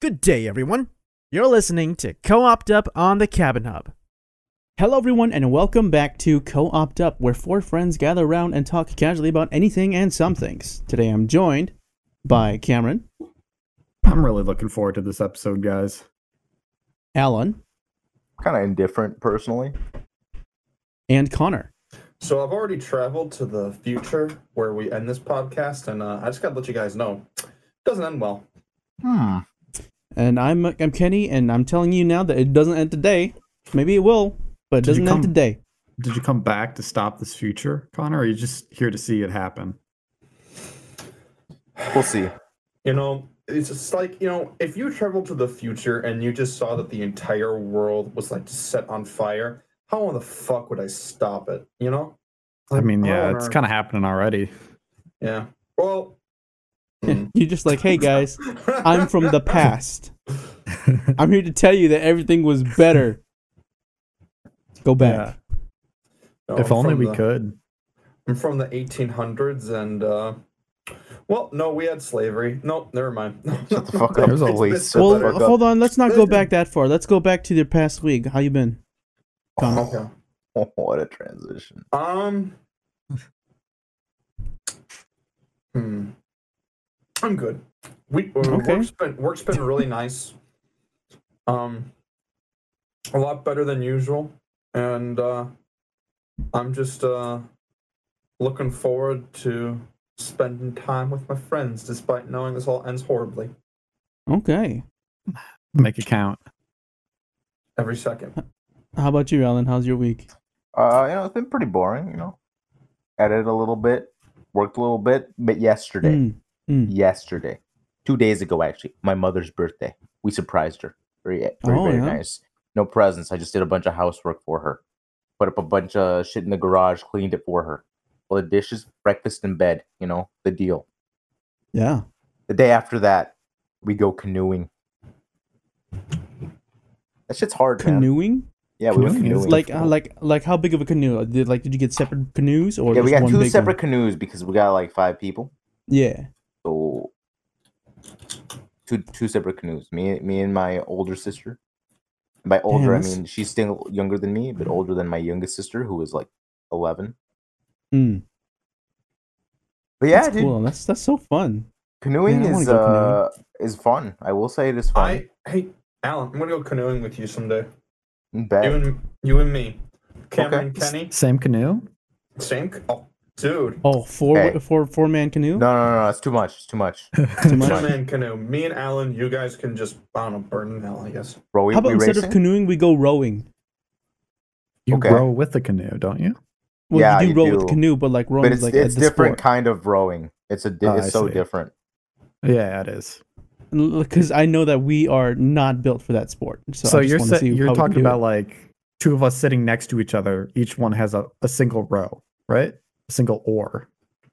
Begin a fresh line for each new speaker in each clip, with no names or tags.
Good day, everyone. You're listening to Co opt Up on the Cabin Hub.
Hello, everyone, and welcome back to Co opt Up, where four friends gather around and talk casually about anything and some things. Today I'm joined by Cameron,
I'm really looking forward to this episode, guys.
Alan,
kind of indifferent personally.
and Connor.
So I've already traveled to the future where we end this podcast, and uh, I just gotta let you guys know, it doesn't end well.
Hmm.
And I'm, I'm Kenny, and I'm telling you now that it doesn't end today. Maybe it will, but it
Did you
doesn't end
come-
today.
Did you come back to stop this future, Connor? Or are you just here to see it happen?
We'll see.
You know, it's just like you know, if you traveled to the future and you just saw that the entire world was like set on fire, how in the fuck would I stop it? You know?
I mean, yeah,
Connor.
it's kind of happening already.
Yeah. Well, hmm.
You're just like, hey guys, I'm from the past. I'm here to tell you that everything was better. Go back.
No,
if
I'm
only
Oh, from
we
the-
could.
I'm from the 1800s, and uh, well, no, we had slavery. No, never mind.
Shut the fuck
It's-
up. There's a
it's-
waste. Shut the
Well,
fuck up.
hold on. Let's not go back that far. Let's go back to the past week. How you been? Connor?
Okay.
what a transition.
Um. hmm. I'm good. We uh,
Okay.
work's been work's been really nice. Um, a lot better than usual, and uh, I'm just uh looking forward to spending time with my friends, despite knowing this all ends horribly
Okay.
Make it count.
every second.
How about you, Alan? How's your week?
Uh, you know, it's been pretty boring. You know, edited a little bit, worked a little bit, but yesterday,
Mm, mm.
yesterday, two days ago actually, my mother's birthday. We surprised her. Very, eh, very,
Oh,
very
yeah.
nice. No presents. I just did a bunch of housework for her. Put up a bunch of shit in the garage, cleaned it for her. All the dishes, breakfast in bed. You know the deal.
Yeah.
The day after that, we go canoeing. That shit's hard, man.
Canoeing?
Yeah, we went
Canoeing is
canoeing.
Like, uh, like, like, how big of a canoe? Uh, Did like, did you get separate canoes or
yeah, we
just
got
one
two
big
separate
One?
canoes because we got like five people.
Yeah.
So two two separate canoes. Me me and my older sister. And by older, I
that's-
mean she's still younger than me, but older than my youngest sister, who is like eleven.
Mm.
But yeah,
that's
dude,
cool. That's that's so fun.
canoeing
Man, I wanna
is
go canoeing.
uh is fun. I will say it is fun.
I hey Alan, I'm gonna go canoeing with you someday.
You bet.
You and you and me, Cameron,
Okay.
Kenny,
Same canoe?
Sink. Oh, dude.
Oh, four,
Hey.
four, four man canoe.
no, no, no, no, it's too much. It's too much,
Too much?
Two man canoe. Me and Alan, you guys can just I don't know, burn in hell, I guess.
bro. We,
how about
we
instead
racing?
of canoeing, we go rowing?
you
Okay.
row with the canoe, don't you?
Well,
Yeah,
you do
you
row with
do.
canoe, but like rowing
but
is like
it's it's
the
different
sport. Oh,
kind of rowing. It's a di-
Ah, I
it's so
see.
different.
Yeah, it is.
Because I know that we are not built for that sport. So,
So,
I just
you're
wanna
sa-
see
you're
how we can
talking
do
about
it.
like two of us sitting next to each other. Each one has a, a single row, right? A single oar.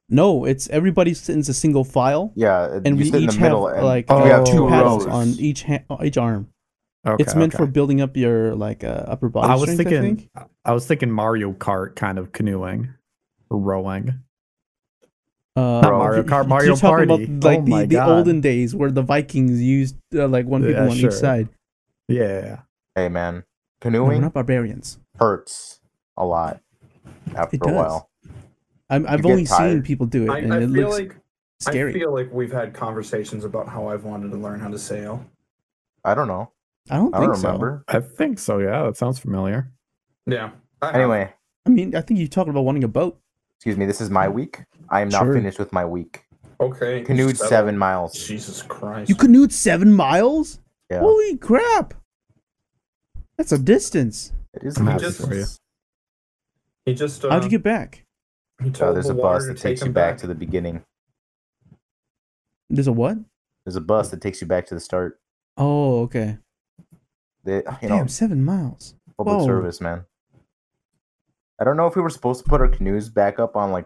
no, it's everybody sits in a single file,
Yeah, it-
and we
you sit in
each
the middle
have
and
like
Oh,
you
uh,
have
two
two
paddles
rows.
on each hand, each arm.
Okay,
it's meant for
okay.
building up your like uh, upper body.
I was
strength,
thinking. I,
think.
was thinking Mario Kart kind of canoeing, rowing.
Uh,
Not
Mario
you-
Kart,
you-
Mario
you're talking
Party.
About, like
Oh
the,
my
the
God.
olden days where the Vikings used uh, like one people
Yeah,
on
sure.
each side.
Yeah.
Hey man,
No, we're
canoeing
not barbarians.
hurts a lot after
It
a
does.
while.
I'm, I've
get
only seen
tired.
people do it,
I,
and
I
it
feel
looks
like
scary.
I feel like we've had conversations about how I've wanted to learn how to sail.
I don't know.
I don't
I don't
think so.
remember.
I think so. Yeah, that sounds familiar.
Yeah. I have.
Anyway,
I mean, I think you're talking about wanting a boat.
excuse me. This is my week. I am not
Sure.
finished with my week.
Okay.
Canoed
settle.
seven miles.
Jesus Christ.
You canoed seven miles?
Yeah,
Holy crap! That's a distance.
it is
I'm
a
happy
distance.
for you.
he just uh,
How'd you get back?
he
Uh,
told
there's
the
a
water
bus
to
that
take
takes you
him
back to the beginning.
There's a what?
There's a bus that takes you back to the start.
Oh, okay.
They, you know,
Damn, seven miles.
public
whoa.
service, man. I don't know if we were supposed to put our canoes back up on like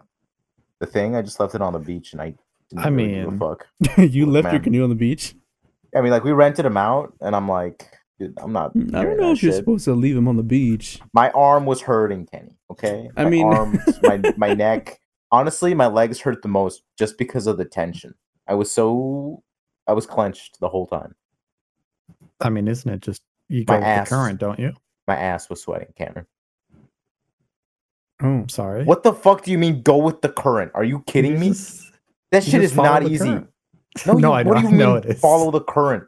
the thing. I just left it on the beach, and I didn't
I
really give a
mean-
fuck.
you
Look,
left your
man.
canoe on the beach.
I mean, like we rented them out, and I'm like, dude, I'm not.
I
hearing
don't know
that
if you're
shit.
supposed to leave him on the beach.
My arm was hurting, Kenny. Okay.
I
my
mean-
arms, my my neck. Honestly, my legs hurt the most just because of the tension. I was so I was clenched the whole time.
I mean, isn't it just you
My
go with
ass.
the current, don't you?
My ass was sweating, Cameron.
Oh,
I'm sorry.
What the fuck do you mean go with the current? Are you kidding me? That shit is not easy.
No,
you-
I know,
what do
I
you
know
mean
it is.
follow the current?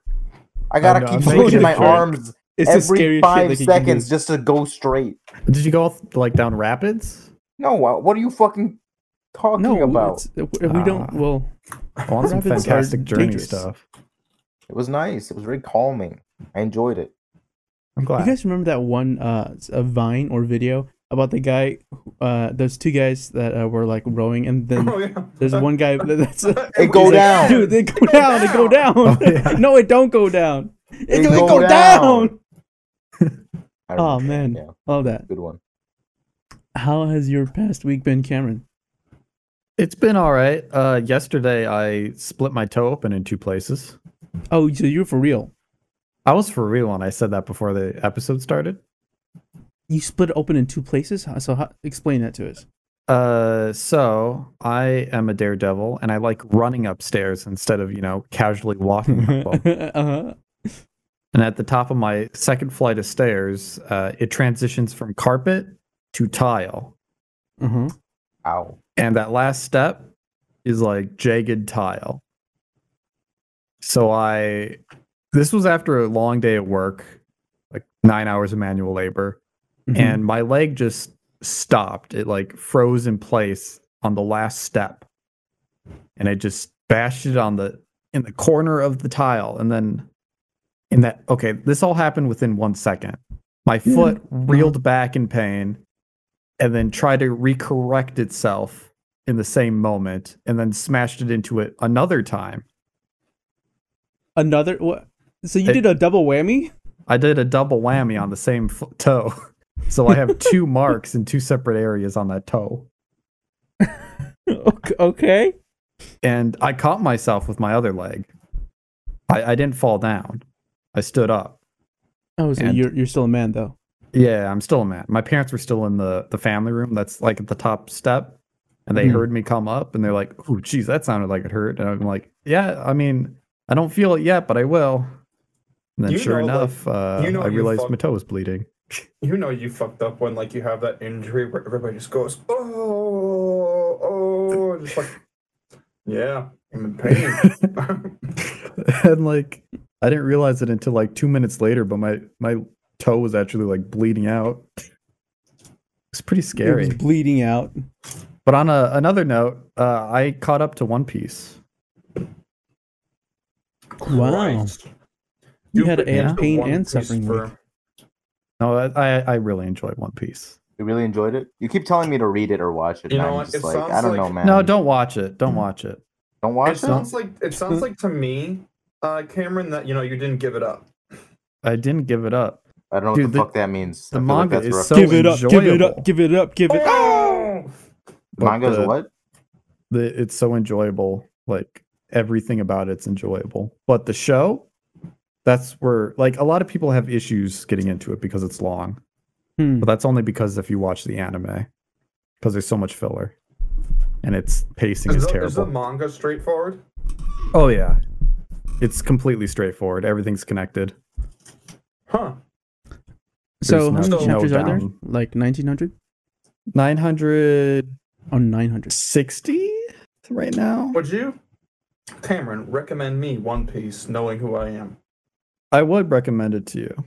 I gotta
know, I'm
keep
making
switching
the
my
current.
arms
it's the
every
scariest
five
shit, like, you can do.
seconds just to go straight.
Did you go like down rapids?
No, uh, what are you fucking talking
no,
about?
it's- we don't.
Ah.
Well,
I want some
Rapids are
fantastic journey
dangerous.
stuff.
It was nice. It was very calming. I enjoyed it.
I'm glad.
You guys remember that one uh s- a Vine or video about the guy, who- uh, those two guys that uh, were like rowing, and then
Oh, yeah.
there's one guy that- that's
It go
he's like,
down.
dude. They go down. They go down.
Oh, yeah.
no, it don't go down. It,
They
don't
go
go down.
down. I
Oh
remember that
man,
now.
love that.
good one.
How has your past week been, Cameron?
It's been all right. Uh, yesterday, I split my toe open in two places.
Oh, so you're for real?
I was for real, and I said that before the episode started.
You split it open in two places. How- So how, explain that to us.
Uh, so I am a daredevil, and I like running upstairs instead of you know casually walking up them.
uh-huh.
And at the top of my second flight of stairs, uh, it transitions from carpet to tile,
Uh-huh.
Ow.
and that last step is like jagged tile. So I, this was after a long day at work, like nine hours of manual labor.
Mm-hmm.
and my leg just stopped. It like froze in place on the last step, and I just bashed it on the in the corner of the tile, and then in that okay, this all happened within one second. My
Yeah.
foot reeled back in pain, and then tried to recorrect itself in the same moment, and then smashed it into it another time.
another what? So you
It-
did a double whammy?
I did a double whammy on the same fo- toe. So I have two marks in two separate areas on that toe.
Ok- okay.
and I caught myself with my other leg. I, I didn't fall down. I stood up.
Oh, so
And-
you're you're still a man though.
Yeah, I'm still a man. My parents were still in the, the family room that's like at the top step. And they
Hmm.
Mhm.
heard me come up and they're like, oh, geez, that sounded like it hurt. And I'm like, yeah, I mean, I don't feel it yet, but I will. And then
You
sure
know, like,
enough, uh,
you know
I
you
realized
fuck-
my toe was bleeding.
You know you fucked up when like you have that injury where everybody just goes, oh, oh, and just like, yeah, I'm in pain.
and like, I didn't realize it until like two minutes later, but my, my toe was actually like bleeding out. It's pretty scary.
It was bleeding out.
But on a, another note, uh, I caught up to One Piece.
Christ.
You had a
predicted
pain
One
and
Piece
suffering
for-
week.
No, I, I I really enjoy One Piece.
You really enjoyed it? You keep telling me to read it or watch it.
You
and
know
I'm
what?
just
It
like,
sounds
I don't
like-
know, man.
No, don't watch it. Don't watch it.
Don't
It
watch it.
sounds like it sounds like to me, uh, Cameron, that you know you didn't give it up.
I didn't give it up.
I don't know
Dude,
what the,
the-
fuck that means.
the
I feel
manga
that's
is
rough.
so
give it up, give it
enjoyable.
up, give it up, give it up.
Oh!
but
Manga's
the-
what?
The, it's so enjoyable. Like everything about it's enjoyable. But the show, that's where like a lot of people have issues getting into it because it's long.
Hmm.
But that's only because if you watch the anime, because there's so much filler, and its pacing
Is
is,
the,
terrible.
is the manga straightforward?
oh yeah, it's completely straightforward. Everything's connected.
Huh.
So how
There's
many
no-
chapters
no
are there?
down.
Like 1900
Nine hundred
or 900?
60 right now.
Would you, Cameron, recommend me One Piece knowing who I am?
I would recommend it to you.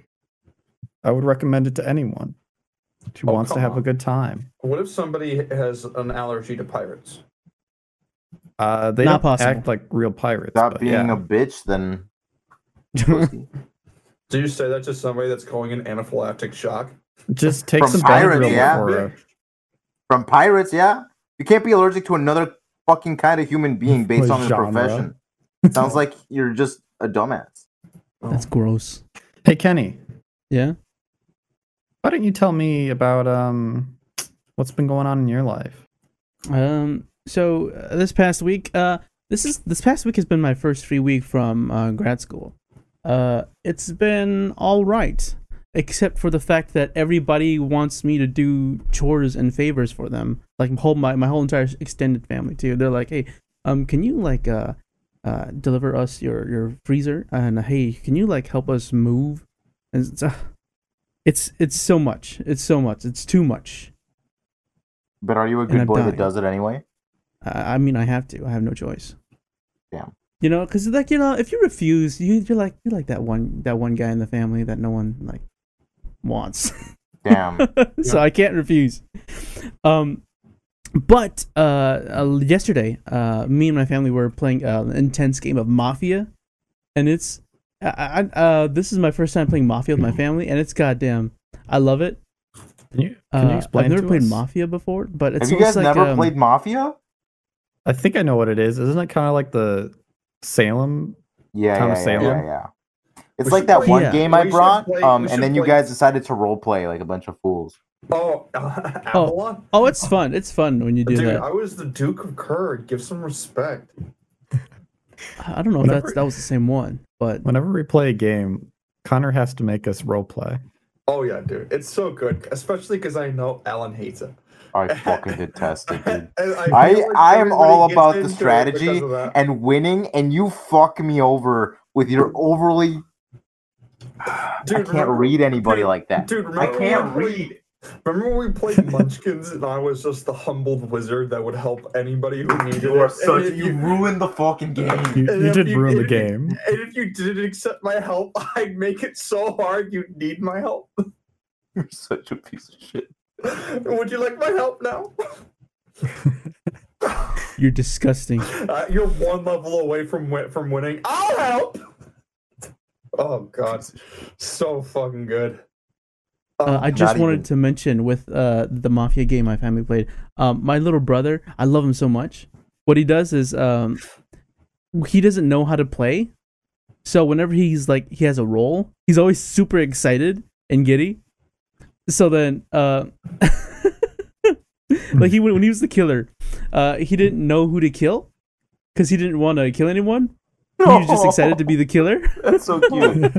I would recommend it to anyone who
Oh,
wants to
come
have a
on.
good time.
What if somebody has an allergy to pirates?
Uh, they
Not
don't
possible.
act like real pirates.
Stop
but
being
yeah.
a bitch, then.
Do you say that to somebody that's going in anaphylactic shock?
Just take
From
some
pirates,
Benadryl
yeah.
before, uh,
From pirates, yeah? You can't be allergic to another fucking kind of human being based on their
Genre.
profession. Sounds like you're just a dumbass.
Oh.
That's gross.
Hey Kenny,
Yeah.
why don't you tell me about um what's been going on in your life?
Um so uh, this past week uh this is this past week has been my first free week from uh, grad school. Uh it's been all right except for the fact that everybody wants me to do chores and favors for them. Like whole my my whole entire extended family too. They're like, "Hey, um can you like uh uh, deliver us your your freezer and hey can you like help us move and it's uh, it's, it's so much it's so much it's too much
But are you a good
I'm
boy
dying.
that does it anyway?
I, I mean I have to I have no choice
Yeah.
you know because like you know if you refuse you you're like you're like that one that one guy in the family that no one like wants
Damn.
so I can't refuse. Um, but uh, uh, yesterday, uh, me and my family were playing uh, an intense game of Mafia, and it's I, I, uh, this is my first time playing Mafia with my family, and it's goddamn, I love it.
Can you,
Uh,
can you explain
I've never
to
played
us?
Mafia before, but it's
Have you
almost
guys
like,
never
um,
played Mafia?
I think I know what it is. Isn't it kind of like the Salem?
Yeah,
Town of
yeah, yeah, yeah,
Salem?
yeah. It's
We
like
should
that
play-
one
Yeah.
game I
we should
brought,
play-
um,
we
and
should
then you
play-
guys decided to role play like a bunch of fools.
Oh, Avalon?
Oh, it's fun. It's fun when you do
Dude,
that.
I was the Duke of Kurd. Give some respect.
I, don't know if
Whenever-
that's that was the same one, but
Whenever we play a game, Connor has to make us role play.
Oh yeah, dude, it's so good, especially because I know Alan hates it.
I fucking detest it, dude.
And I,
I-
feel like
I am
everybody
all
gets
about the
into it
strategy
because of that.
And winning, and you fuck me over with your overly.
Dude,
I can't
remember-
read anybody
dude,
like that.
Dude, remember
I
when we
can't
played-
read.
Remember when we played Munchkins and I was just the humbled wizard that would help anybody who needed
You are
it?
such.
and if
You ruined the fucking game.
You,
And
you
if
did
you
ruin the
did it-
game.
and if you didn't accept my help, I'd make it so hard you'd need my help.
You're such a piece of shit.
Would you like my help now?
you're disgusting.
Uh, you're one level away from win- from winning. I'll help. Oh god, so fucking good.
Uh,
Um,
I just
Oh, Not
wanted
even-
to mention with uh, the mafia game my family played. Um, my little brother, I love him so much. What he does is um, he doesn't know how to play, so whenever he's like he has a role, he's always super excited and giddy. So then, uh, like he when he was the killer, uh, he didn't know who to kill because he didn't want to kill anyone. He was just excited to be the killer.
That's so cute.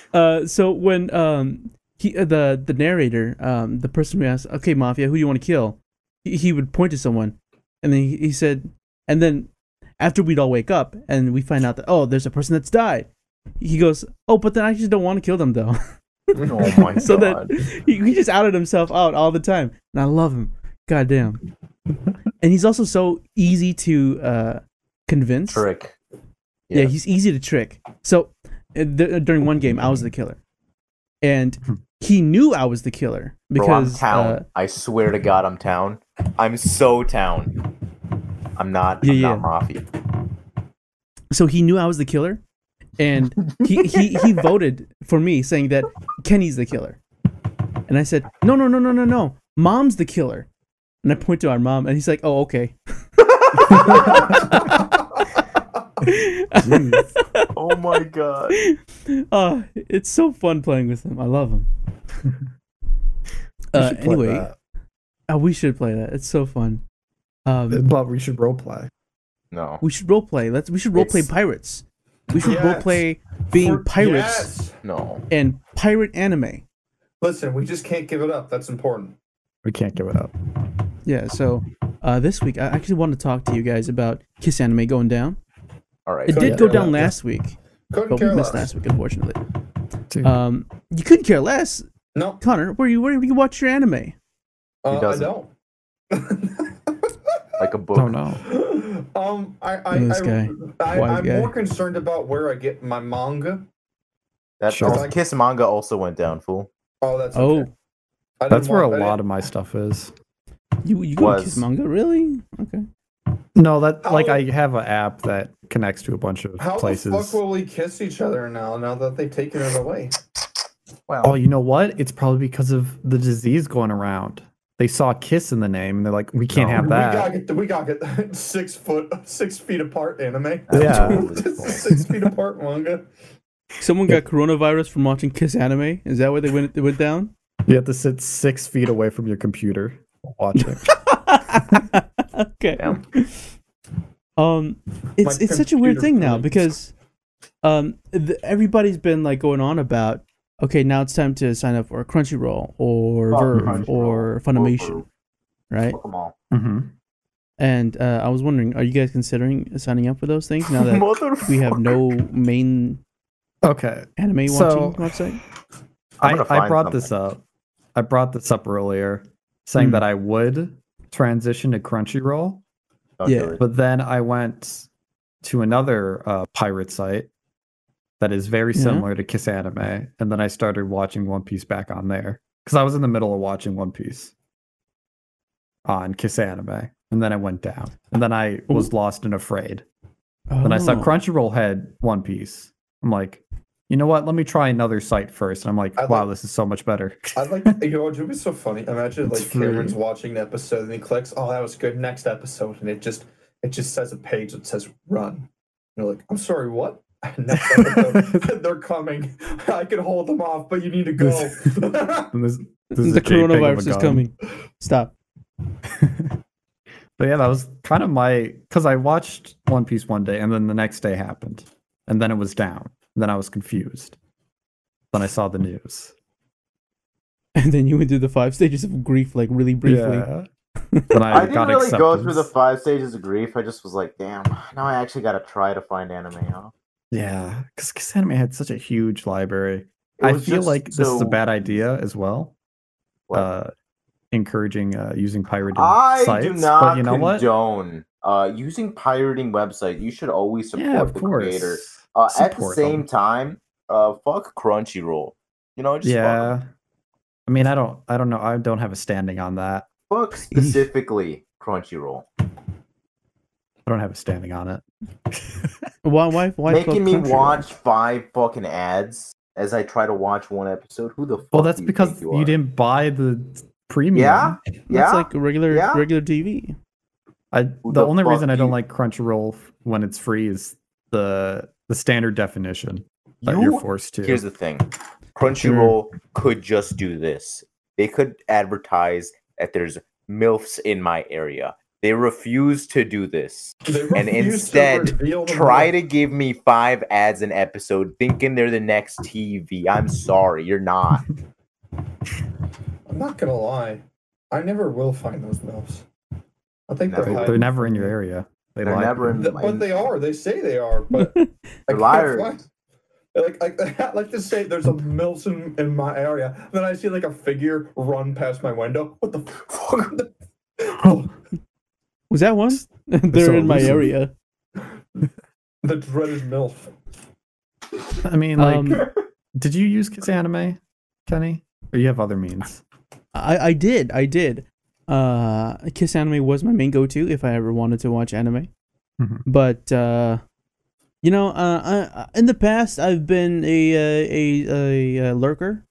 uh, so when um he uh, the the narrator um the person who asked okay mafia who do you want to kill he, he would point to someone and then he, he said and then after we'd all wake up and we find out that oh there's a person that's died he goes oh but then I just don't want to kill them though
Um,
oh my
so
god.
that he, he just outed himself out all the time and i love him god damn and he's also so easy to uh convince
Trick.
yeah.
Yeah.
he's easy to trick. So uh, th- during one game, I was the killer, and he knew I was the killer because
Bro, I'm town.
uh,
I swear to God, I'm town. I'm so town. I'm not.
Yeah,
I'm
yeah.
not mafia.
so he knew I was the killer, and he, he he voted for me, saying that Kenny's the killer, and I said no no no no no no, mom's the killer, and I point to our mom, and he's like oh okay.
Oh my god.
uh, it's so fun playing with him. I love him.
We
uh,
should play
anyway,
that.
uh, we should play that. It's so fun. Um,
but we should role play.
No.
We should roleplay. Let's we should roleplay
It's-
pirates. We should
Yes.
roleplay being
For-
pirates
yes!
No.
and pirate anime.
Listen, we just can't give it up. That's important.
We can't give it up.
Yeah, so uh, this week I actually want to talk to you guys about Kiss Anime going down.
All right.
It
Couldn't
did go
care
down
less.
last week,
Couldn't
but we
care
missed last
less.
week unfortunately.
Dude,
Um, you couldn't care less,
No,
Connor. Where you where you watch your anime?
uh, I
doesn't.
don't.
Like a book.
oh no.
um, I, I,
Look at this
I,
guy.
I,
Wise
I'm
guy.
more concerned about where I get my manga.
That's
Sure.
also- Kiss manga also went down, fool.
Oh, that's
Oh,
okay. I didn't
That's where a
want- I
lot of my stuff is.
you you go to
Was.
Kiss manga really? Okay.
No, that like
How-
I have an app that connects to a bunch of
didn't- How the fuck
places.
will we kiss each other now? Now that they've taken it away.
Well,
Oh, you know what? It's probably because of the disease going around. They saw kiss in the name and they're like, we can't
No.
have
We
that.
gotta get we gotta get six foot six feet apart anime.
yeah.
six feet apart manga.
Someone got coronavirus from watching Kiss Anime. Is that where they went they went down?
You have to sit six feet away from your computer. while Watching.
okay.
Damn.
Um, it's
My
it's such a weird
computer
thing now
broke.
because, um, th- everybody's been like going on about okay now it's time to sign up for
Oh,
Crunchyroll or Verve or Funimation, right?
Pokemon.
Mhm.
And uh, I was wondering, are you guys considering signing up for those things now that
Motherfucker.
we have no main
Okay.
anime
So-
watching website?
I,
I'm gonna
I
find
brought this up. I brought this up earlier, saying
Hmm.
that I would transition to Crunchyroll,
Don't do
Yeah.
it.
but then I went to another uh, pirate site that is very
Yeah.
similar to Kiss Anime, and then I started watching One Piece back on there because I was in the middle of watching One Piece on Kiss Anime, and then I went down, and then I was lost and afraid. Then I saw
Oh.
Crunchyroll had One Piece. I'm like, you know what? Let me try another site first. And I'm like,
I
wow,
like-
this is so much better.
I'd like, you know, it would be so funny. Imagine
It's
like Cameron's
free.
watching an episode and he clicks, "Oh, that was good." Next episode, and it just it just says a page that says "Run." And you're like, "I'm sorry, what?" Next episode, they're coming. I can hold them off, but you need to go.
And this, this is
the
a JPEG of a
coronavirus is
gun.
coming. Stop.
But yeah, that was kind of my because I watched One Piece one day, and then the next day happened, and then it was down. And then I was confused. Then I saw the news.
And then you went through the five stages of grief, like really briefly.
Then I,
I didn't
got
really go through the
acceptance.
five stages of grief. I just was like, damn, now I actually got to try to find anime. Huh?
yeah, because Kiss Anime had such a huge library.
It
I
was
feel
just
like this is
so-
a bad idea as well.
What?
Uh, encouraging uh, using pirated
I
sites.
do not
but you know what?
condone uh, using pirating website. You should always support
Yeah, of
the
course.
creator. Uh, at the
Support
same
them.
time, uh, fuck Crunchyroll. You know, just fuck 'em.
yeah. I mean, I don't, I don't know. I don't have a standing on that.
fuck specifically Crunchyroll.
I don't have a standing on it.
Why? Why? Why?
Making
fuck
me
Crunchyroll?
watch five fucking ads as I try to watch one episode. Who the fuck?
Well, that's
do you
because
think
you,
you, are?
didn't buy the premium.
Yeah,
That's
Yeah,
like regular
Yeah.
regular TV.
I,
Who
the,
the
only
fuck
reason I don't
you-
like Crunchyroll when it's free is the the standard definition that you, are
you
forced to.
Here's the thing Crunchyroll could just do this. They could advertise that there's MILFs in my area. They refuse to do this.
They
And
refuse to
instead,
reveal the
Try
name.
to give me five ads an episode thinking they're the next TV. I'm sorry, you're not.
I'm not gonna lie, I never will find those milfs. I think they're
Never.
They're,
hiding.
they're never in your area. They
They're
lie.
never in
Th-
my
but they are. They say they are, but I can't
liars.
find- Like, like I like to say, there's a Milton in my area. and Then I see like a figure run past my window. What the fuck? the,
Was that one? They're
so
in my
elusive.
area.
the dreaded milf.
I mean, like,
Um,
did you use Kiss Anime, Kenny? Or you have other means?
I, I did. I did. Uh, Kiss Anime was my main go-to if I ever wanted to watch anime. Mm-hmm.
Mhm.
But uh, you know, uh, I- I, in the past I've been a a, a a uh, lurker,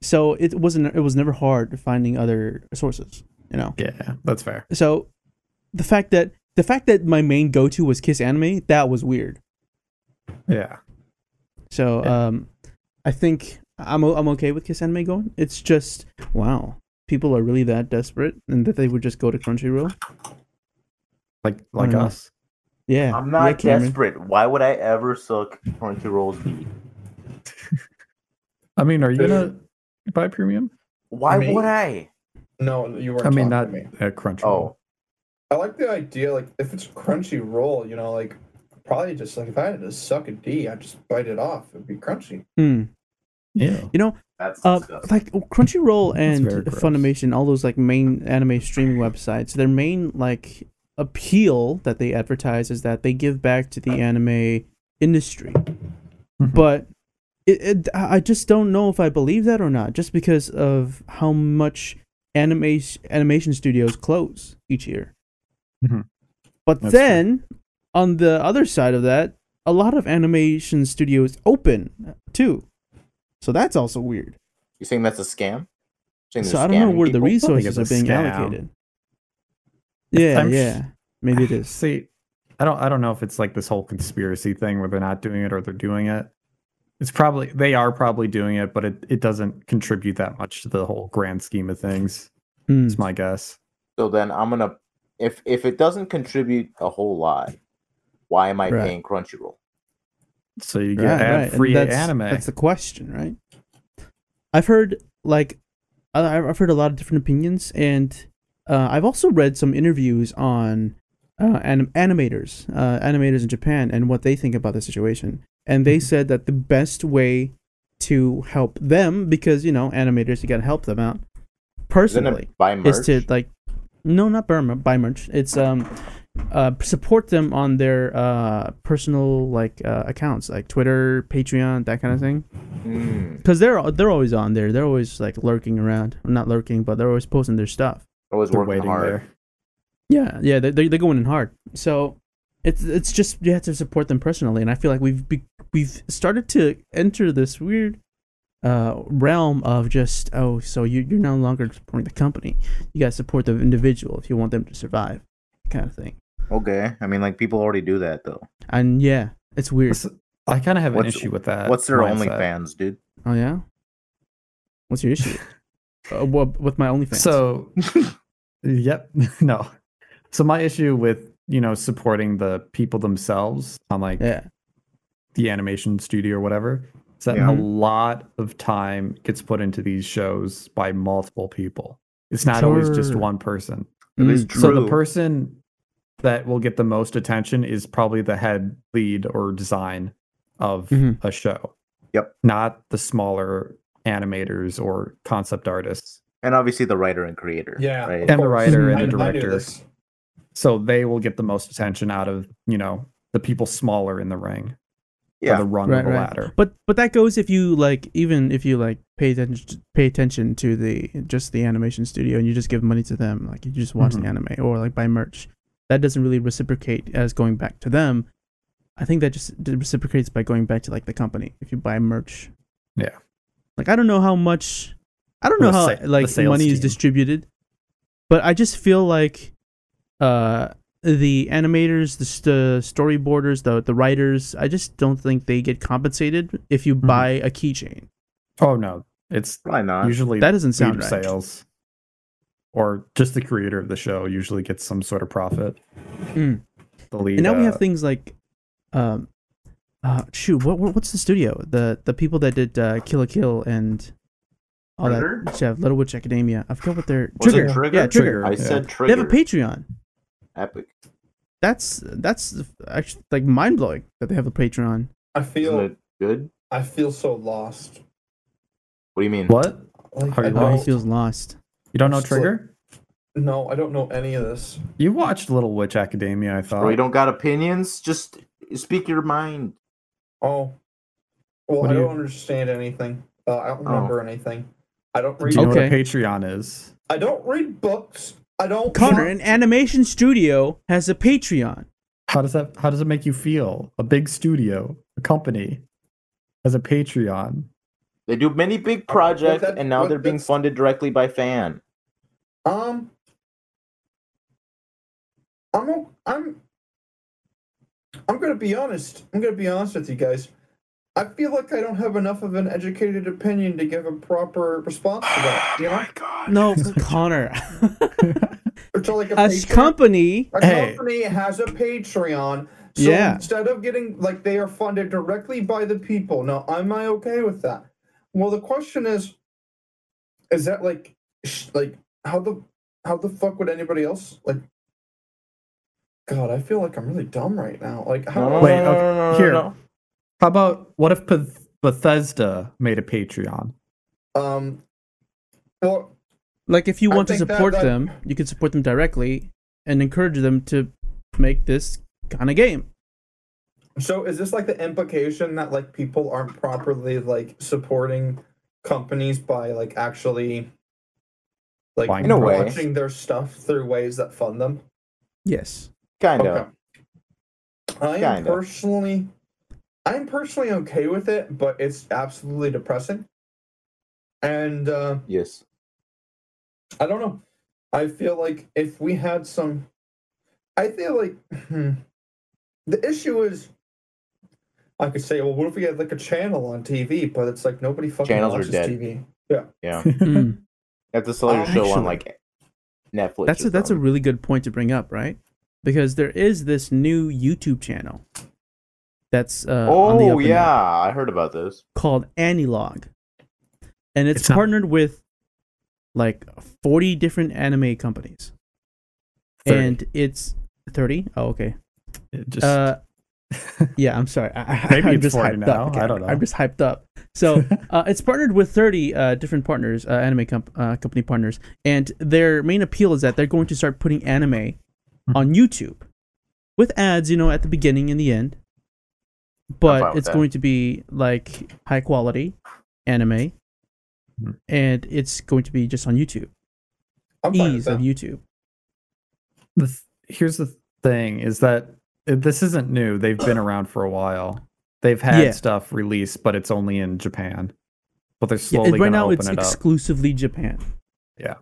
so it wasn't. It was never hard finding other sources. You know.
Yeah, that's fair.
So the fact that the fact that my main go-to was Kiss Anime that was weird.
Yeah.
So um, I think I'm o- I'm okay with Kiss Anime going. It's just wow, people are really that desperate, and that they would just go to Crunchyroll.
Like like
know.
us.
Yeah,
I'm
yeah,
not
Cameron.
desperate. Why would I ever suck Crunchyroll's beat?
I mean, are you gonna buy premium?
Why
Me?
would I?
No, you weren't.
I mean,
talking
not
to me.
at Crunchyroll.
Oh,
I like the idea. Like, if it's crunchy roll, you know, like probably just like if I had to suck a D, I'd just bite it off. It'd be crunchy.
Hmm.
yeah.
that's
Uh,
disgusting.
like Crunchyroll and
very gross.
Funimation, all those like main anime streaming websites. Their main like appeal that they advertise is that they give back to the anime industry,
Mm-hmm.
but. It, it, I I just don't know if I believe that or not, just because of how much animation animation studios close each year.
Mhm.
But
That's true.
then, on the other side of that, a lot of animation studios open too, so that's also weird.
You saying that's a scam? Saying
So
they're
I don't know
scamming
where the
people?
think
resources
it's
are
a
being
scam.
allocated. Yeah,
I'm sh-
yeah, maybe it is.
See, I don't I don't know if it's like this whole conspiracy thing where they're not doing it or they're doing it. It's probably they are probably doing it, but it, it doesn't contribute that much to the whole grand scheme of things.
Hmm.
It's my guess.
So then I'm gonna if if it doesn't contribute a whole lot, why am I
Right.
paying Crunchyroll?
So you get
Right,
ad
right, and
free
that's,
anime.
That's the question, right? I've heard like I- I've heard a lot of different opinions, and Uh, I've also read some interviews on uh, anim- animators, uh, animators in Japan, and what they think about the situation. And
Mm-hmm.
they said that the best way to help them, because you know animators, you gotta help them out
Isn't
personally,
it by merch?
is to like, no, not Burma, buy merch. It's um, uh, support them on their uh personal like uh, accounts, like Twitter, Patreon, that kind of thing
Mm.
because they're al- they're always on there. They're always like lurking around, not lurking, but they're always posting their stuff.
I was
They're
working
waiting
hard.
there.
Yeah, yeah, they they- they're going in hard. So it's it's just you have to support them personally, and I feel like we've be, we've started to enter this weird uh realm of just oh, so you you're no longer supporting the company. You got to support the individual if you want them to survive, kind of thing.
Okay, I mean, like people already do that though.
And yeah, it's weird.
That's- I kind of have an
What's-
issue with that.
What's their
mindset.
OnlyFans, dude?
Oh yeah, what's your issue? uh, what with my OnlyFans?
So, yep, no. So my issue with you know supporting the people themselves on like
yeah,
the animation studio or whatever is that
Yeah.
a lot of time gets put into these shows by multiple people. It's not always just
Sure.
one person.
It is
Mm,
true.
So the person that will get the most attention is probably the head lead or design of
Mhm.
a show.
Yep.
Not the smaller animators or concept artists.
and obviously the writer and creator.
Yeah.
right?
And the writer
I-
and
I
the
knew
director.
this.
So they will get the most attention out of, you know, the people smaller in the ring.
Yeah.
Or the rung
Right,
of the
right.
ladder.
But but that goes if you like even if you like pay attention pay attention to the just the animation studio and you just give money to them like you just watch
Mhm.
the anime or like buy merch that doesn't really reciprocate as going back to them. I think that just d- reciprocates by going back to like the company if you buy merch.
Yeah.
Like I don't know how much I don't know
The
how
sa- the
like
sales
money is
team.
distributed, but I just feel like uh the animators, the, st- the storyboarders, the the writers, I just don't think they get compensated if
Mm-hmm.
you buy a keychain.
Oh no. It's
Probably not.
usually
That doesn't sound
food
right.
sales. Or just the creator of the show usually gets some sort of profit.
Mm.
The lead,
And now we have
uh,
things like, um, uh, shoot, what, what what's the studio? The the people that did uh, Kill a Kill and all
Trigger?
that stuff, Little Witch Academia. I forgot what they're
Was it
Trigger.
Trigger?
Yeah, Trigger.
Trigger.
I
Yeah.
said
They
trigger.
have a Patreon.
Epic.
That's that's actually like mind blowing that they have a Patreon.
I
Isn't
feel
it good?
I feel so lost.
What do you mean?
what?
Like,
Are
I
Oh, he
you
don't-
lost?
feels lost.
You don't know
It's like-
Trigger?
No, I don't know any of this.
You watched Little Witch Academia, I thought.
Bro, Oh, you don't got opinions? Just speak your mind.
Oh, well,
What
I
do you- Oh.
don't understand anything. Uh, I don't remember anything. I don't
Do you
read.
know what a
Okay.
Patreon is?
I don't read books. I don't.
Connor,
watch-
an animation studio has a Patreon.
How does that how does it make you feel? A big studio, a company, has a Patreon.
They do many big projects,
that-
and now
what-
they're being
that's-
funded directly by fan.
Um, I'm o- I'm I'm gonna be honest. I'm gonna be honest with you guys. I feel like I don't have enough of an educated opinion to give a proper response to that. You know,
god.
No, Connor.
it's all like a,
a
Patreon-
company.
a
Hey.
company has a Patreon. So
Yeah.
instead of getting like they are funded directly by the people. Now, am I okay with that? Well, the question is, is that like, sh- like how the how the fuck would anybody else like? God, I feel like I'm really dumb right now. Like, how?
No,
Wait,
no, no,
okay,
no, no, no,
here.
no.
How about what if Beth- Bethesda made a Patreon?
Um. Well,
Like, if you
I
want to
think that-
support
that-
them, you can support them directly and encourage them to make this kind of game.
so is this like the implication that like people aren't properly like supporting companies by like actually like
Buying
In a way.
watching their stuff through ways that fund them?
Yes.
Kind of.
I am
Kinda.
personally, I'm personally okay with it, but it's absolutely depressing. And uh,
Yes.
I don't know. I feel like if we had some, I feel like hmm, the issue is, I could say, well, what if we had like a channel on TV? But it's like nobody fucking
Channels are
watches
dead.
TV.
Yeah.
Mm.
You have to sell your show
Actually.
on like Netflix.
That's
or
a, that's a
something.
really good point to bring up, right? Because there is this new YouTube channel that's uh, on the up
oh
and
yeah,
up
I heard about this.
called Anilog, and it's,
It's not-
partnered with like forty different anime companies.
30.
and it's 30 oh okay
It just
uh yeah i'm sorry I, I-
Maybe
I'm
it's
just
40
hyped
now,
up
I don't know.
i'm just hyped up so uh, it's partnered with 30 uh, different partners uh, anime comp- uh, company partners and their main appeal is that they're going to start putting anime on youtube with ads you know at the beginning and the end
I'm fine
but
with
it's
that.
going to be like high quality anime
Mhm.
and it's going to be just on youtube
I'm fine with
ease of
that.
youtube
the th- here's the thing is that this isn't new. They've been around for a while. They've had
Yeah.
stuff released, but it's only in Japan. But they're
Yeah,
slowly
and right
going to
now
open
it's
it up.
exclusively Japan.
Yeah.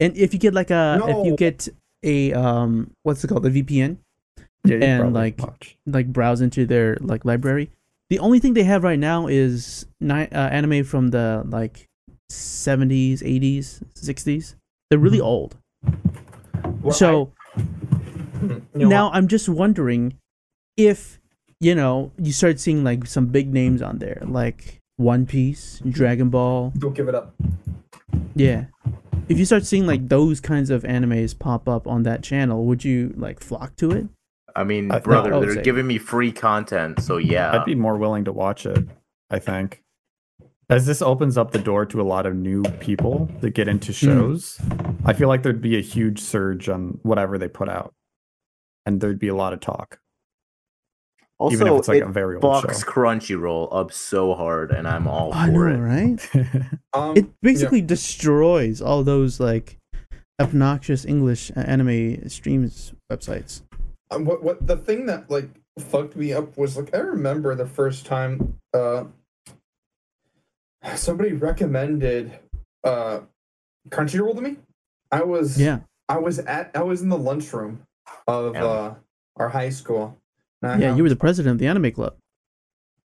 And if you get like a if you
No.
get a um what's it called a VPN
Yeah, you
and,
probably
like,
watch.
like browse into their like library, the only thing they have right now is ni- uh, anime from the like 70s, 80s, 60s. They're
Mm-hmm.
really old.
Well,
so
I- Mm, you know
now
what?
I'm just wondering if you know you start seeing like some big names on there like One Piece, Dragon Ball,
don't give it up.
Yeah. If you start seeing like those kinds of animes pop up on that channel, would you like flock to it?
I mean,
I- Uh, no,
brother,
I would
they're
say-
giving me free content, so yeah.
I'd be more willing to watch it, I think. As this opens up the door to a lot of new people that get
Hmm.
into shows, I feel like there'd be a huge surge on whatever they put out. And there'd be a lot of talk.
also,
even if it's like
it
a very old
fucks
show.
Crunchyroll up so hard, and I'm all
I know,
for it.
right?
Um,
It basically destroys all those like obnoxious English uh, anime streams websites.
Um, what what the thing that like fucked me up was like I remember the first time uh somebody recommended uh Crunchyroll to me. I was
Yeah.
I was at I was in the lunchroom of
Yeah.
uh our high school. And
Uh-huh.
I-
Yeah, you were the president of the anime club.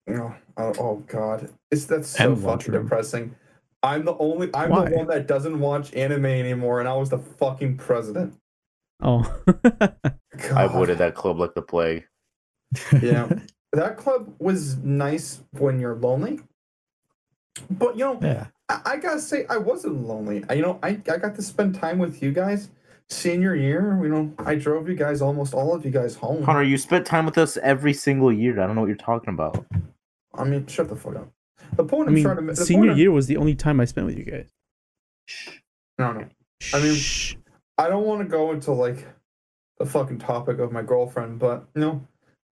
Oh, oh, oh god. It's that's so
And
fucking
lunchroom.
depressing. I'm the only I'm
Why?
the one that doesn't watch anime anymore and I was the fucking president.
Oh.
I
God.
would that club like the plague.
Yeah. that club was nice when you're lonely. But you know,
yeah.
I, I gotta say, I wasn't lonely. I, you know, I, I got to spend time with you guys. Senior year, you know, I drove you guys almost all of you guys home.
Connor, you spent time with us every single year. I don't know what you're talking about.
I mean, shut the fuck up. The point
I
I'm
mean,
trying to make.
senior year was the only time I spent with you guys.
No, no. I mean-
Shh.
I don't want to go into like the fucking topic of my girlfriend, but you know,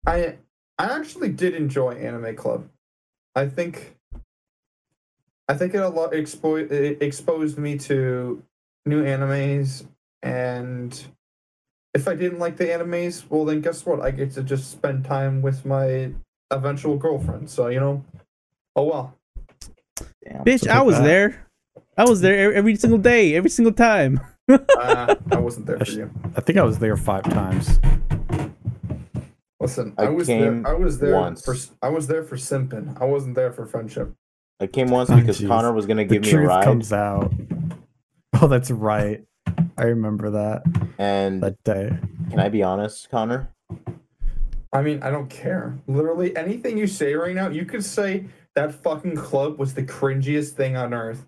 I I actually did enjoy Anime Club. I think I think it a lot expo- it exposed me to new animes, and if I didn't like the animes, well then guess what? I get to just spend time with my eventual girlfriend. So you know, oh well.
Damn.
Bitch, I
like
was
that.
there. I was there e- every single day, every single time.
Uh, I wasn't there for you.
I think I was there five times.
Listen,
I
I, was
came
there. I was there
once.
for. I was there for simping. I wasn't there for friendship.
I came once
Oh,
because
jeez.
Connor was gonna give
the
me a
truth
ride,
comes out. Oh, that's right. I remember that
and
that day.
can I be honest, Connor?
I mean, I don't care. Literally anything you say right now, you could say that fucking club was the cringiest thing on earth.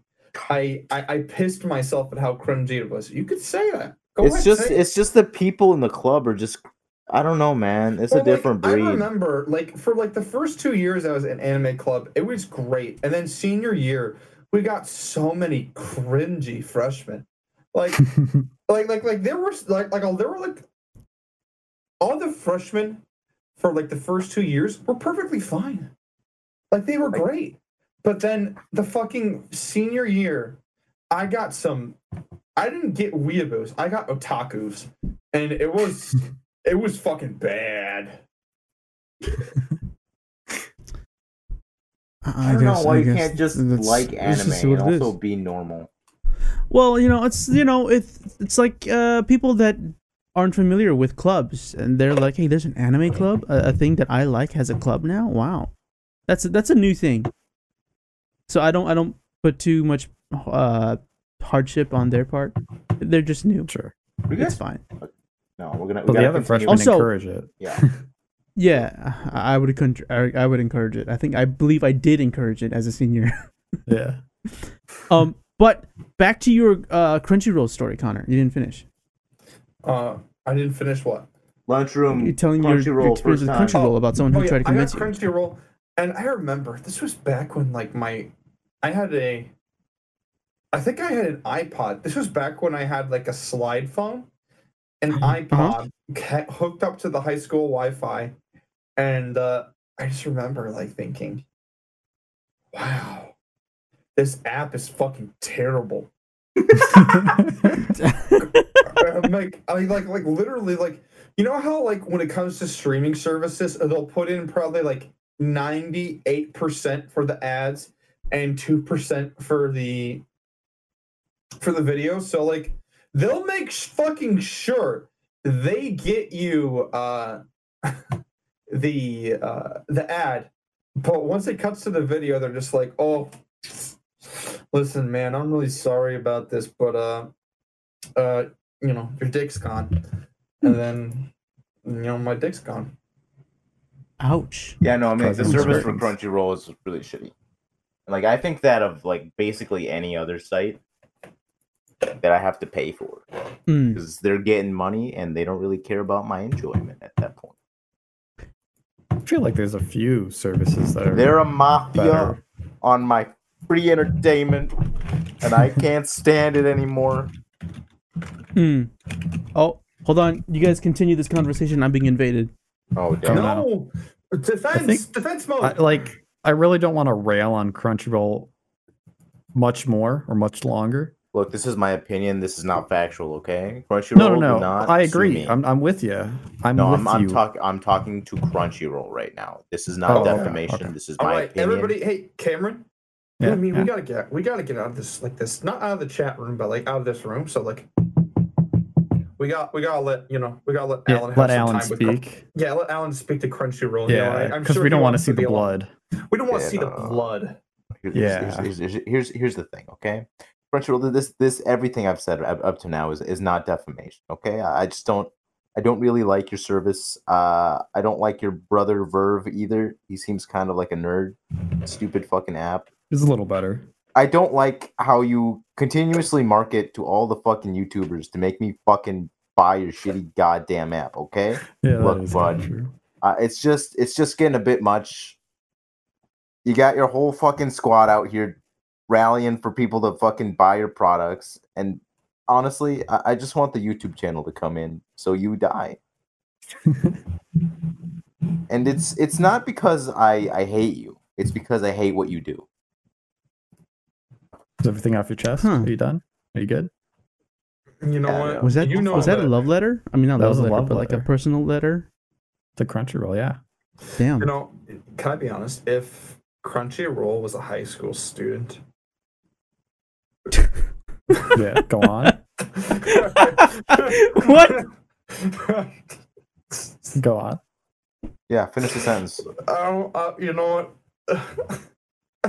I I, I pissed myself at how cringy it was. You could say that. Go
it's
ahead,
just
say it.
it's just the people in the club are just I don't know, man. It's a
But, like,
different
I
breed.
remember, like, for like the first two years I was in anime club, it was great. And then senior year, we got so many cringy freshmen. Like, like, like, like there were like, like, all there were like, all the freshmen for like the first two years were perfectly fine. Like they were great. But then the fucking senior year, I got some. I didn't get weeaboos. I got otakus, and it was it was fucking bad.
I don't know why you can't just like anime and also be normal.
Well, you know, it's you know, it's it's like uh, people that aren't familiar with clubs, and they're like, "Hey, there's an anime club, a, a thing that I like has a club now." Wow, that's a, that's a new thing. So I don't I don't put too much uh, hardship on their part. They're just new.
Sure.
We
It's
got,
fine.
no, we're gonna.
But
We
the
gotta
other
continue
freshmen
with-
Also-
encourage it.
yeah.
Yeah, I I would encourage I I would encourage it. I think I believe I did encourage it as a senior.
Yeah.
um, but back to your uh, Crunchyroll story, Connor. You didn't finish.
Uh, I didn't finish what?
Lunchroom.
You're telling your,
Crunchyroll
your experience
first
with
time.
Crunchyroll
Oh,
about someone who
oh, yeah,
tried to
I got
convince you.
Crunchyroll, and I remember this was back when like my, I had a, I think I had an iPod. This was back when I had like a slide phone, an
Uh-huh.
iPod ca- hooked up to the high school Wi-Fi, and uh, I just remember like thinking, wow, this app is fucking terrible. I'm like, I like, like literally, like, you know how like when it comes to streaming services, uh, they'll put in probably like ninety eight percent for the ads and two percent for the for the video. So like, they'll make sh- fucking sure they get you uh the uh the ad, but once it cuts to the video, they're just like, oh. Listen, man, I'm really sorry about this, but uh, uh, you know, your dick's gone.
Hmm.
And then, you know, my dick's gone.
Ouch.
Yeah, no, I mean the
Cousins,
service for
friends.
Crunchyroll is really shitty. Like I think that of like basically any other site that I have to pay for
Mm.
because they're getting money and they don't really care about my enjoyment at that point.
I feel like there's a few services that are
They're a mafia
Better.
on my free entertainment, and I can't stand it anymore.
Mm. Oh, hold on. You guys continue this conversation. I'm being invaded.
Oh damn!
No.
No! Defense!
think-
defense mode!
I, like I really don't want to rail on Crunchyroll much more or much longer.
Look, this is my opinion. This is not factual. Okay, Crunchyroll.
No, no,
do
no.
not
I
sue
agree.
me.
I'm, I'm with you. I'm
no,
with
I'm, I'm
you.
talking. I'm talking to Crunchyroll right now. This is not
Oh, okay,
defamation.
okay.
This is
All
my
right,
opinion.
everybody. Hey, Cameron.
Yeah,
I mean,
yeah.
we gotta get we gotta get out of this like this, not out of the chat room, but like out of this room. So like, we got we gotta let you know we gotta let
Yeah,
Alan have
let
some
Alan
time with Crun-
speak.
yeah, let Alan speak to Crunchyroll. you know, I-
Yeah,
I'm
because
sure
we
he
don't want to
wants
see the
be alone.
blood.
We don't want to
Yeah,
see
no,
the
no, no.
blood.
Here's,
Yeah.
here's, here's, here's, here's, here's the thing, okay? Crunchyroll, this this everything I've said up, up to now is is not defamation, okay? I, I just don't I don't really like your service. Uh, I don't like your brother Verve either. He seems kind of like a nerd, stupid fucking app.
It's a little better.
I don't like how you continuously market to all the fucking YouTubers to make me fucking buy your shitty goddamn app, okay?
Yeah, that
Look,
is
bud.
kinda true.
Uh, it's just it's just getting a bit much. You got your whole fucking squad out here rallying for people to fucking buy your products, and honestly, I, I just want the YouTube channel to come in so you die. and it's it's not because I I hate you. It's because I hate what you do.
Is everything off your chest?
Huh.
Are you done? Are you good?
You know
Yeah,
what?
yeah.
Was that
you know
was that a
better.
love letter? I mean, not
That
love
was a
letter,
love
but like a
letter.
personal letter.
The Crunchyroll, yeah.
Damn.
You know, can I be honest? If Crunchyroll was a high school student,
Yeah, go on.
What?
Go on.
Yeah, finish the sentence.
Oh, uh, you know what?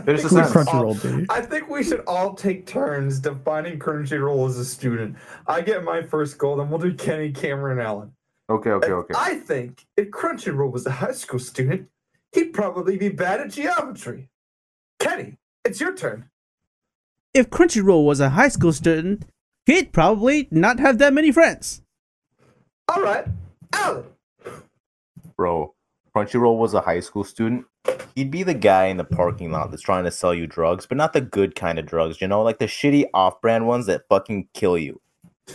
Finish the
Who's
sentence.
Crunchyroll be?
I think we should all take turns defining Crunchyroll as a student. I get my first goal, then we'll do Kenny, Cameron, and Allen.
Okay, okay, okay.
I think if Crunchyroll was a high school student, he'd probably be bad at geometry. Kenny, it's your turn.
If Crunchyroll was a high school student, he'd probably not have that many friends.
All right, Allen.
bro, Crunchyroll was a high school student, he'd be the guy in the parking lot that's trying to sell you drugs, but not the good kind of drugs, you know, like the shitty off-brand ones that fucking kill you.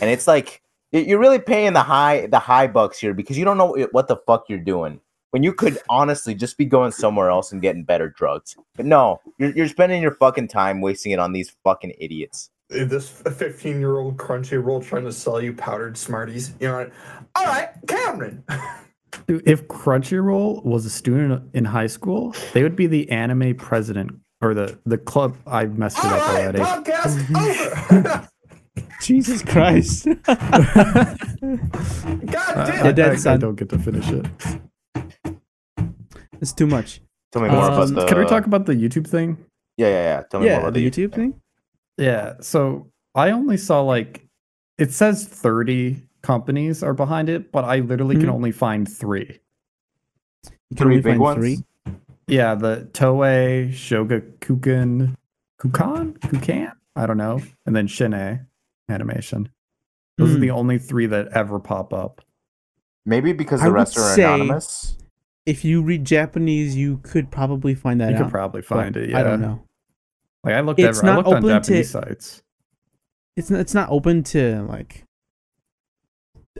And it's like y- you're really paying the high the high bucks here because you don't know wh- what the fuck you're doing. When you could honestly just be going somewhere else and getting better drugs. But no, you're, you're spending your fucking time wasting it on these fucking idiots.
this 15 year old Crunchyroll trying to sell you powdered Smarties. You know, what? all right, Cameron.
Dude, If Crunchyroll was a student in high school, they would be the anime president or the, the club. I messed it
All
up
right,
already.
podcast over.
Jesus Christ.
God damn.
Uh, I,
You're dead,
I- I
son.
don't get to finish it.
it's too much.
Tell me more about
Um,
Uh,
the
Can we talk about the YouTube thing?
Yeah, yeah, yeah. Tell me more
yeah,
about
the YouTube thing.
Yeah. So I only saw like it says 30 companies are behind it, but I literally can
Hmm.
Mhm.
only find three.
You
Three
only
big
find
ones?
Three.
Yeah, the Toei, Shogakukan, Kukan, Kukan, I don't know, and then Shine Animation. Those are
Mm.
the only three that ever pop up.
Maybe because
I
the
would
rest are
say-
anonymous.
If you read Japanese, you could probably find that
You
out.
could probably
but
find it. Yeah,
I don't know.
Like I looked,
It's
ever, I
not
looked on
open to-
Japanese sites.
It's not, it's not open to like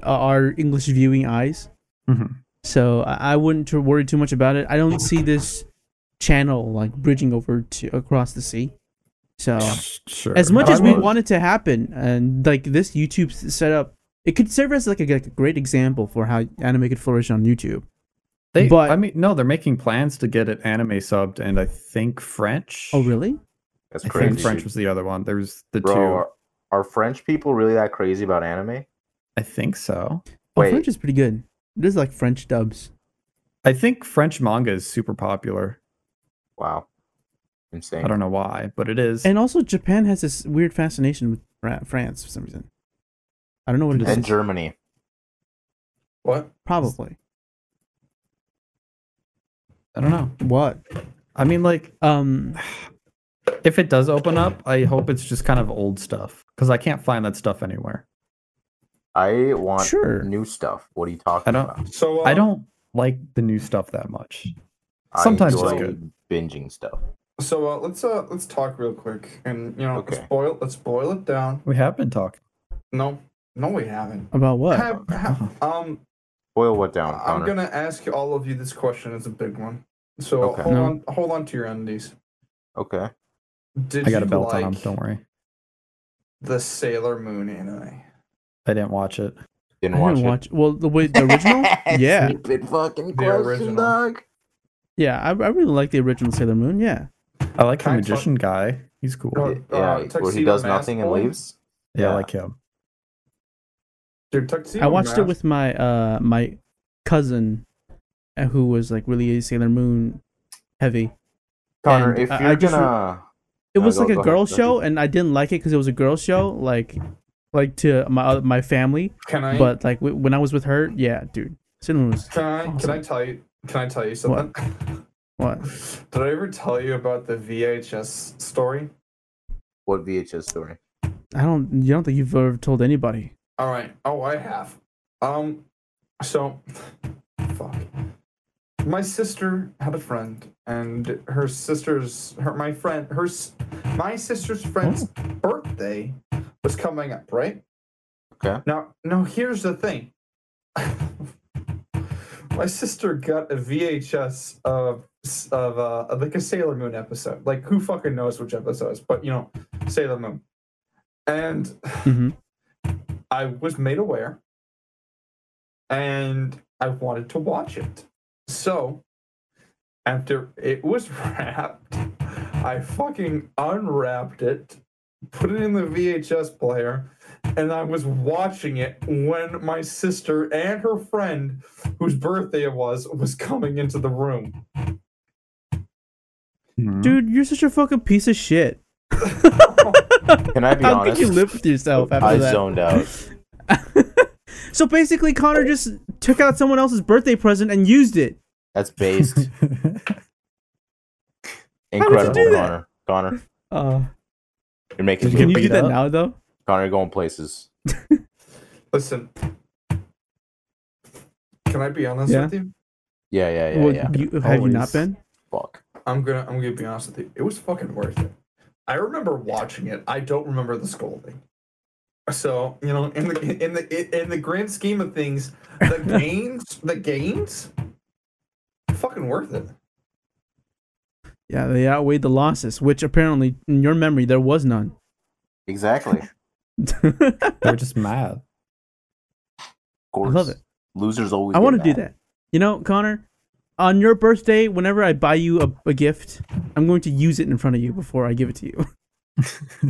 uh, our English viewing eyes,
Mhm.
so I, I wouldn't to worry too much about it. I don't see this channel like bridging over to across the sea. So
Sure.
Oh. as much
I
as we
would-
want it to happen, and like this YouTube s- setup, it could serve as like a, like a great example for how anime could flourish on YouTube.
They,
but-
I mean, no, they're making plans to get it anime subbed, and I think French.
Oh, really?
That's
I
crazy.
think French was the other one. There's the
Bro,
two.
are, are French people really that crazy about anime?
I think so.
Oh,
Wait.
French is pretty good. There's like French dubs.
I think French manga is super popular.
Wow. Insane.
I don't know why, but it is.
And also, Japan has this weird fascination with Fra- France for some reason. I don't know what it
And
is.
Germany.
What?
Probably.
I don't know.
What?
I mean, like,
Um,
if it does open up, I hope it's just kind of old stuff because I can't find that stuff anywhere.
I want
Sure.
new stuff. What are you talking
I don't-
about?
So uh,
I don't like the new stuff that much.
I
Sometimes it's
enjoy
good.
Binging stuff.
So uh, let's uh let's talk real quick, and you know
Okay.
let's boil let's boil it down.
We have been talking.
No, no, we haven't.
about what?
Have, have, um,
Boil what down,
I'm
Connor?
gonna ask all of you this question. It's a big one. So
Okay.
hold
No.
on, hold on to your undies.
Okay.
Did
I got a
you
belt
like
on. Don't worry.
the Sailor Moon anime?
I didn't watch it.
I
Didn't watch
didn't
it.
watch. Well, the way the original. yeah,
Stupid fucking
The
question,
original.
dog.
yeah. I, I really like the original Sailor Moon. Yeah.
I like the
Kinda
magician guy. He's cool.
Uh,
Yeah,
uh,
where he
tuxedo
does
mask
nothing and
boy?
leaves.
Yeah,
yeah.
I like him.
Dude, Tuxedo
I watched it
Mask-
with my uh my cousin, uh, who was like really Sailor Moon heavy.
Connor,
And
if
I-
you're
I just re-
gonna,
It
No,
was
Oh, go-
like
go
a
ahead,
girl
go ahead.
show, and I didn't like it because it was a girl show, like like to my other- my family.
Can I?
But like w- when I was with her, yeah, dude, Sailor Moon was
can I? Can I
awesome.
tell you? Can I tell you something?
what?
Did I ever tell you about the VHS story?
what VHS story?
I don't. You don't think you've ever told anybody?
All right. Oh, I have. Um, so, fuck. My sister had a friend, and her sister's her my friend her s- my sister's friend's birthday was coming up, right?
Okay.
Now, now here's the thing. my sister got a VHS of s- of uh, of like a Sailor Moon episode. Like, who fucking knows which episode is, but you know, Sailor Moon. And
hmm
Mm-hmm.
I was made aware and I wanted to watch it. So, after it was wrapped, I fucking unwrapped it, put it in the VHS player, and I was watching it when my sister and her friend, whose birthday it was, was coming into the room.
Dude, you're such a fucking piece of shit.
Can I be
How
honest?
could you live with yourself after
I
that?
zoned out.
So basically, Connor just took out someone else's birthday present and used it.
That's based.
would you
Incredible,
do that?
Connor. Connor,
Uh,
you're making
Did
me
can
you
you
beat
do that
up?
now though?
Connor you're going places.
Listen, can I be honest
Yeah.
with you?
Yeah, yeah, yeah,
Well,
yeah.
you- have you not
Always.
been?
Fuck.
I'm gonna I'm gonna be honest with you. It was fucking worth it. I remember watching it. I don't remember the scolding. So you know, in the in the in the grand scheme of things, the gains the gains, fucking worth it.
Yeah, they outweighed the losses, which apparently in your memory there was none.
Exactly. Of
They're just mad.
course.
love it.
Losers always.
I
get
want to do
mad.
that. You know, Connor, on your birthday, whenever I buy you a, a gift, I'm going to use it in front of you before I give it to you.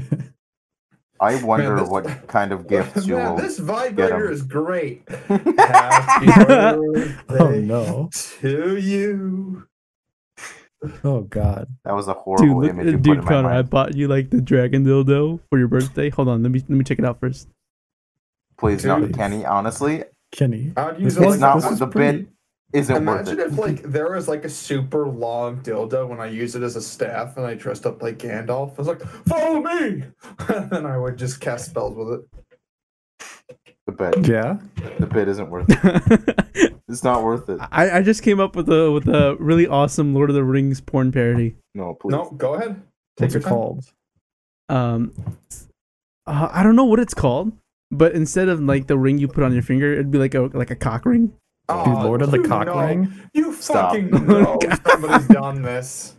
I wonder
Man, this-
what kind of gifts you
Man,
will.
this vibrator
'em.
is great. Happy birthday
oh no.
to you.
Oh god.
That was a
Dude,
horrible
look, uh,
image you put
dude,
in my
Connor, I
mind.
bought you like the dragon dildo for your birthday. Hold on, let me let me check it out first.
Please, not
Dude.
Kenny. Honestly,
Kenny.
I'd
This
use
It's
it
was-
like
not
this was
the
pretty-
bit. Isn't worth
Imagine
it.
if like there was like a super long dildo when I use it as a staff and I dressed up like Gandalf. I was like, "Follow me," and then I would just cast spells with it.
The bet.
Yeah.
The bit isn't worth it. It's not worth it.
I, I just came up with a with a really awesome Lord of the Rings porn parody.
No, please.
No, go ahead.
What's
Take your
it
time.
called?
Um, uh, I don't know what it's called, but instead of like the ring you put on your finger, it'd be like a like a cock ring.
Dude,
Aw,
Lord of the
Ah, you
Cock
know.
Ring?
You
Stop.
fucking know somebody's done this.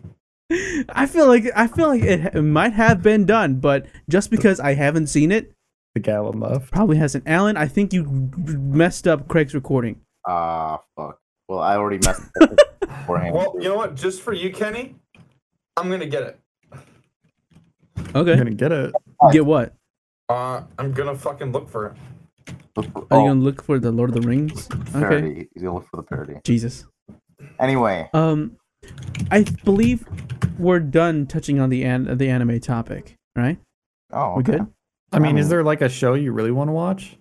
I feel like I feel like it, it might have been done, but just because I haven't seen it,
The Gallon left.
probably hasn't. Alan, I think you messed up Craig's recording.
Ah, fuck. Well, I already messed up beforehand.
Well, you know what? Just for you, Kenny, I'm gonna get it.
You're
Okay,
gonna get it.
get what?
Uh, I'm gonna fucking look for it.
Look-
Are you
oh,
gonna look for the Lord of the Rings? Okay,
parody. He's gonna look for the parody.
Jesus.
Anyway,
Um, I believe we're done touching on the an- the anime topic, right?
oh,
We
okay.
good?
I mean, is
mean-
there like a show you really want to watch?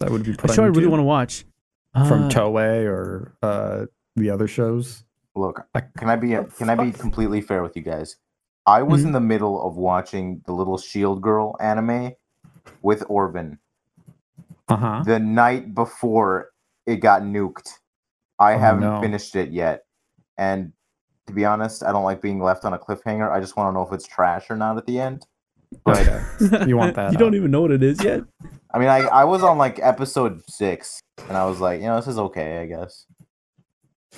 That would be
A show I really want to
to
watch.
from
Uh,
Toei or uh, the other shows.
Look,
I-
can I be can I be completely fair with you guys? I was
Mm-hmm.
in the middle of watching the Little Shield Girl anime with Orvin
Uh
Uh-huh.
huh.
the night before it got nuked. I
Oh,
haven't
no.
finished it yet, and to be honest, I don't like being left on a cliffhanger. I just want to know if it's trash or not at the end. But
uh, You want that
you don't
out.
even know what it is yet.
I mean, I, I was on like episode six, and I was like, you know, this is okay, I guess.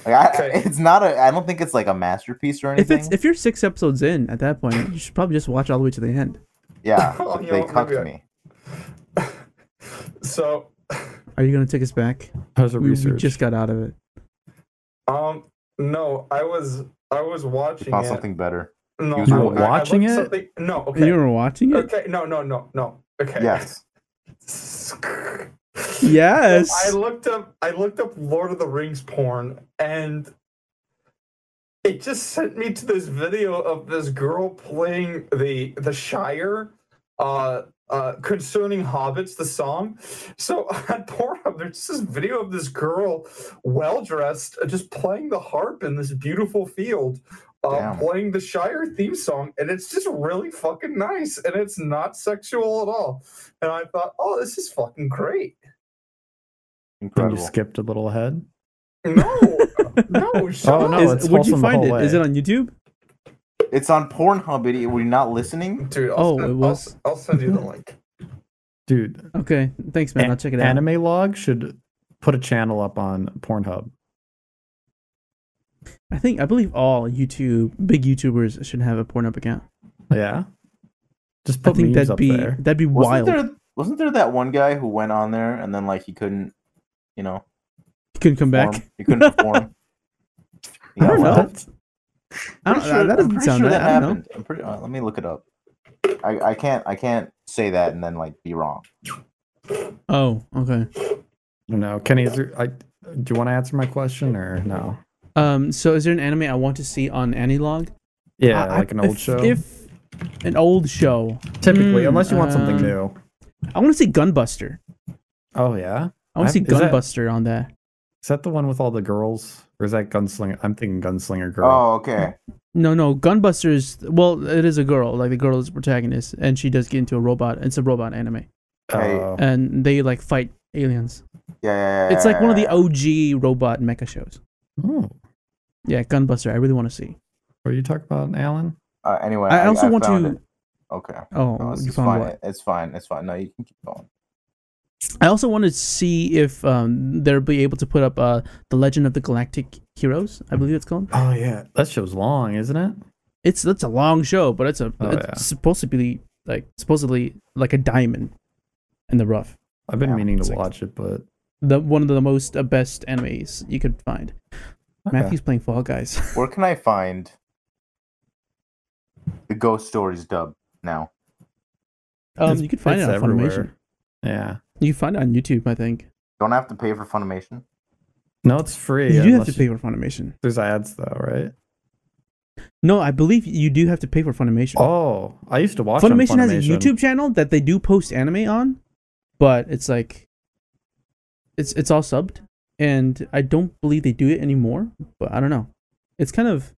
Like, I,
Okay.
it's not a. I don't think it's like a masterpiece or
If
anything.
it's if you're six episodes in at that point, you should probably just watch all the way to the end.
yeah,
Oh,
but
you know
they
what,
cucked
maybe I-
me.
So,
Are you gonna take us back?
How's the
We, we
research?
just got out of it.
um, no, I was I was watching
Found
it.
something better.
No,
You
I-
were
I- I
watching
looked
it?
something- No, okay,
And You were watching it.
okay, no, no, no, no, okay.
Yes.
I
Yes.
looked up I looked up Lord of the Rings porn and it just sent me to this video of this girl playing the the Shire uh uh concerning hobbits the song. So on Pornhub there's this video of this girl well dressed just playing the harp in this beautiful field. Uh,
Damn.
playing the Shire theme song, and it's just really fucking nice, and it's not sexual at all. And I thought, oh, this is fucking great.
Then you
Incredible.
skipped a little ahead.
No, no, shut
Oh,
up.
no,
Is-
it's
where'd you
wholesome the
find
whole
it? Is
way.
it on YouTube?
It's on Pornhub, idiot. Were you not listening?
Dude, I'll
Oh,
send,
it was-
I'll, I'll send you the link.
Dude,
Okay, thanks, man. I'll check it out.
Anime Log should put a channel up on Pornhub.
I think I believe all YouTube big YouTubers should have a Pornhub account.
Yeah. Just put
Hmm. I think
memes
that'd
up
be
there.
that'd be wild.
Wasn't there wasn't there that one guy who went on there and then like he couldn't, you know,
You can come back.
perform? He couldn't perform.
I don't know.
What?
I don't,
Pretty sure-
that
I'm
doesn't
pretty
sound
sure
right. I don't know.
I'm pretty. uh, let me look it up. I, I can't I can't say that and then like be wrong.
Oh, okay.
I don't know. Kenny, is there, I, do you want to answer my question or no?
Um, so is there an anime I want to see on Anilog?
Yeah,
I- I-
like an old
if-
show.
If an old show,
Typically,
Hmm,
unless you want something
um,
new.
I want to see Gunbuster.
Oh yeah,
I want
I-
to see
is that-
Gunbuster on that.
is that the one with all the girls, or is that Gunslinger? I'm thinking Gunslinger Girl.
Oh, okay.
No, no, Gunbuster is well, it is a girl. Like the girl is the protagonist, and she does get into a robot. It's a robot anime,
hey.
Oh.
and they like fight aliens.
Yeah, yeah, yeah.
It's like one of the
yeah,
Ah.
OG robot mecha shows.
Oh.
Yeah, Gunbuster. I really want to see.
What are you talking about, Alan?
yeah. Uh, anyway,
I also want
found
to-
it. Okay.
Oh,
No, it's,
you
it's
found
fine.
what?
It's fine. It's fine. No, you can keep going.
I also want to see if um, they'll be able to put up uh, the Legend of the Galactic Heroes. I believe it's called.
Oh yeah, that show's long, isn't it?
It's that's a long show, but it's a
Oh,
it's
yeah.
supposed to be like supposedly like a diamond in the rough.
I've been
Yeah,
meaning to
it's like-
watch it, but
The one of the most uh, best animes you could find.
Okay.
Matthew's playing Fall Guys.
Where can I find the Ghost Stories dub now?
um,
it's-
you could find it
it's
on Funimation.
everywhere. Yeah.
You can find it on YouTube, I think.
Don't have to pay for Funimation.
No, it's free.
you do have
unless
to pay for Funimation.
There's ads though, right?
No, I believe you do have to pay for Funimation.
Oh, I used to watch on
Funimation, has a
Funimation.
YouTube channel that they do post anime on, but it's like it's it's all subbed, and I don't believe they do it anymore. But I don't know. It's kind of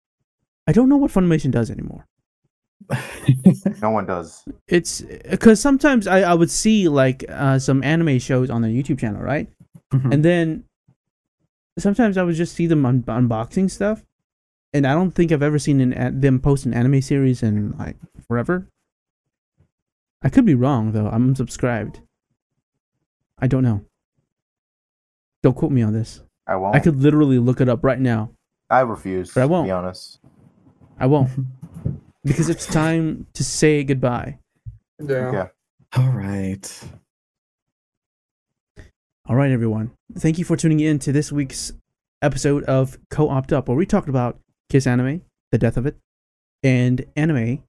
I don't know what Funimation does anymore.
No one does.
It's because sometimes I, I would see like uh, some anime shows on their YouTube channel, right?
Mhm.
And then sometimes I would just see them un- unboxing stuff, and I don't think I've ever seen an, an- them post an anime series in like forever. I could be wrong though. I'm subscribed. I don't know. Don't quote me on this.
I won't.
I could literally look it up right now.
I refuse.
But I
To
won't.
be honest.
I won't because it's time to say goodbye.
Yeah.
Yeah.
All right.
All right, everyone. Thank you for tuning in to this week's episode of Co opt Up, where we talked about Kiss Anime, the death of it, and anime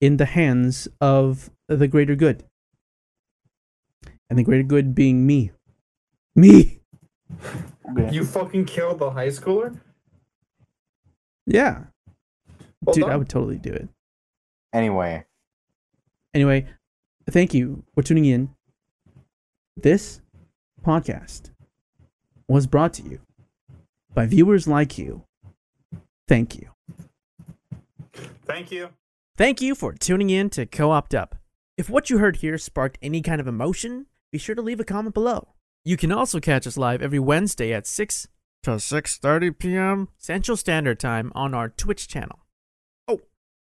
in the hands of the greater good. And the greater good being me. Me!
You fucking killed the high schooler?
Yeah.
Well
Dude,
done.
I would totally do it.
Anyway,
Anyway, thank you for tuning in. This podcast was brought to you by viewers like you. Thank you.
Thank you.
Thank you for tuning in to Co opt Up. If what you heard here sparked any kind of emotion, be sure to leave a comment below. You can also catch us live every Wednesday at 6 to 6:30 p.m. Central Standard Time on our Twitch channel. Oh,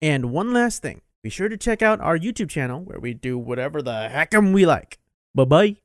and one last thing. Be sure to check out our YouTube channel where we do whatever the heck'em we like. Bye-bye.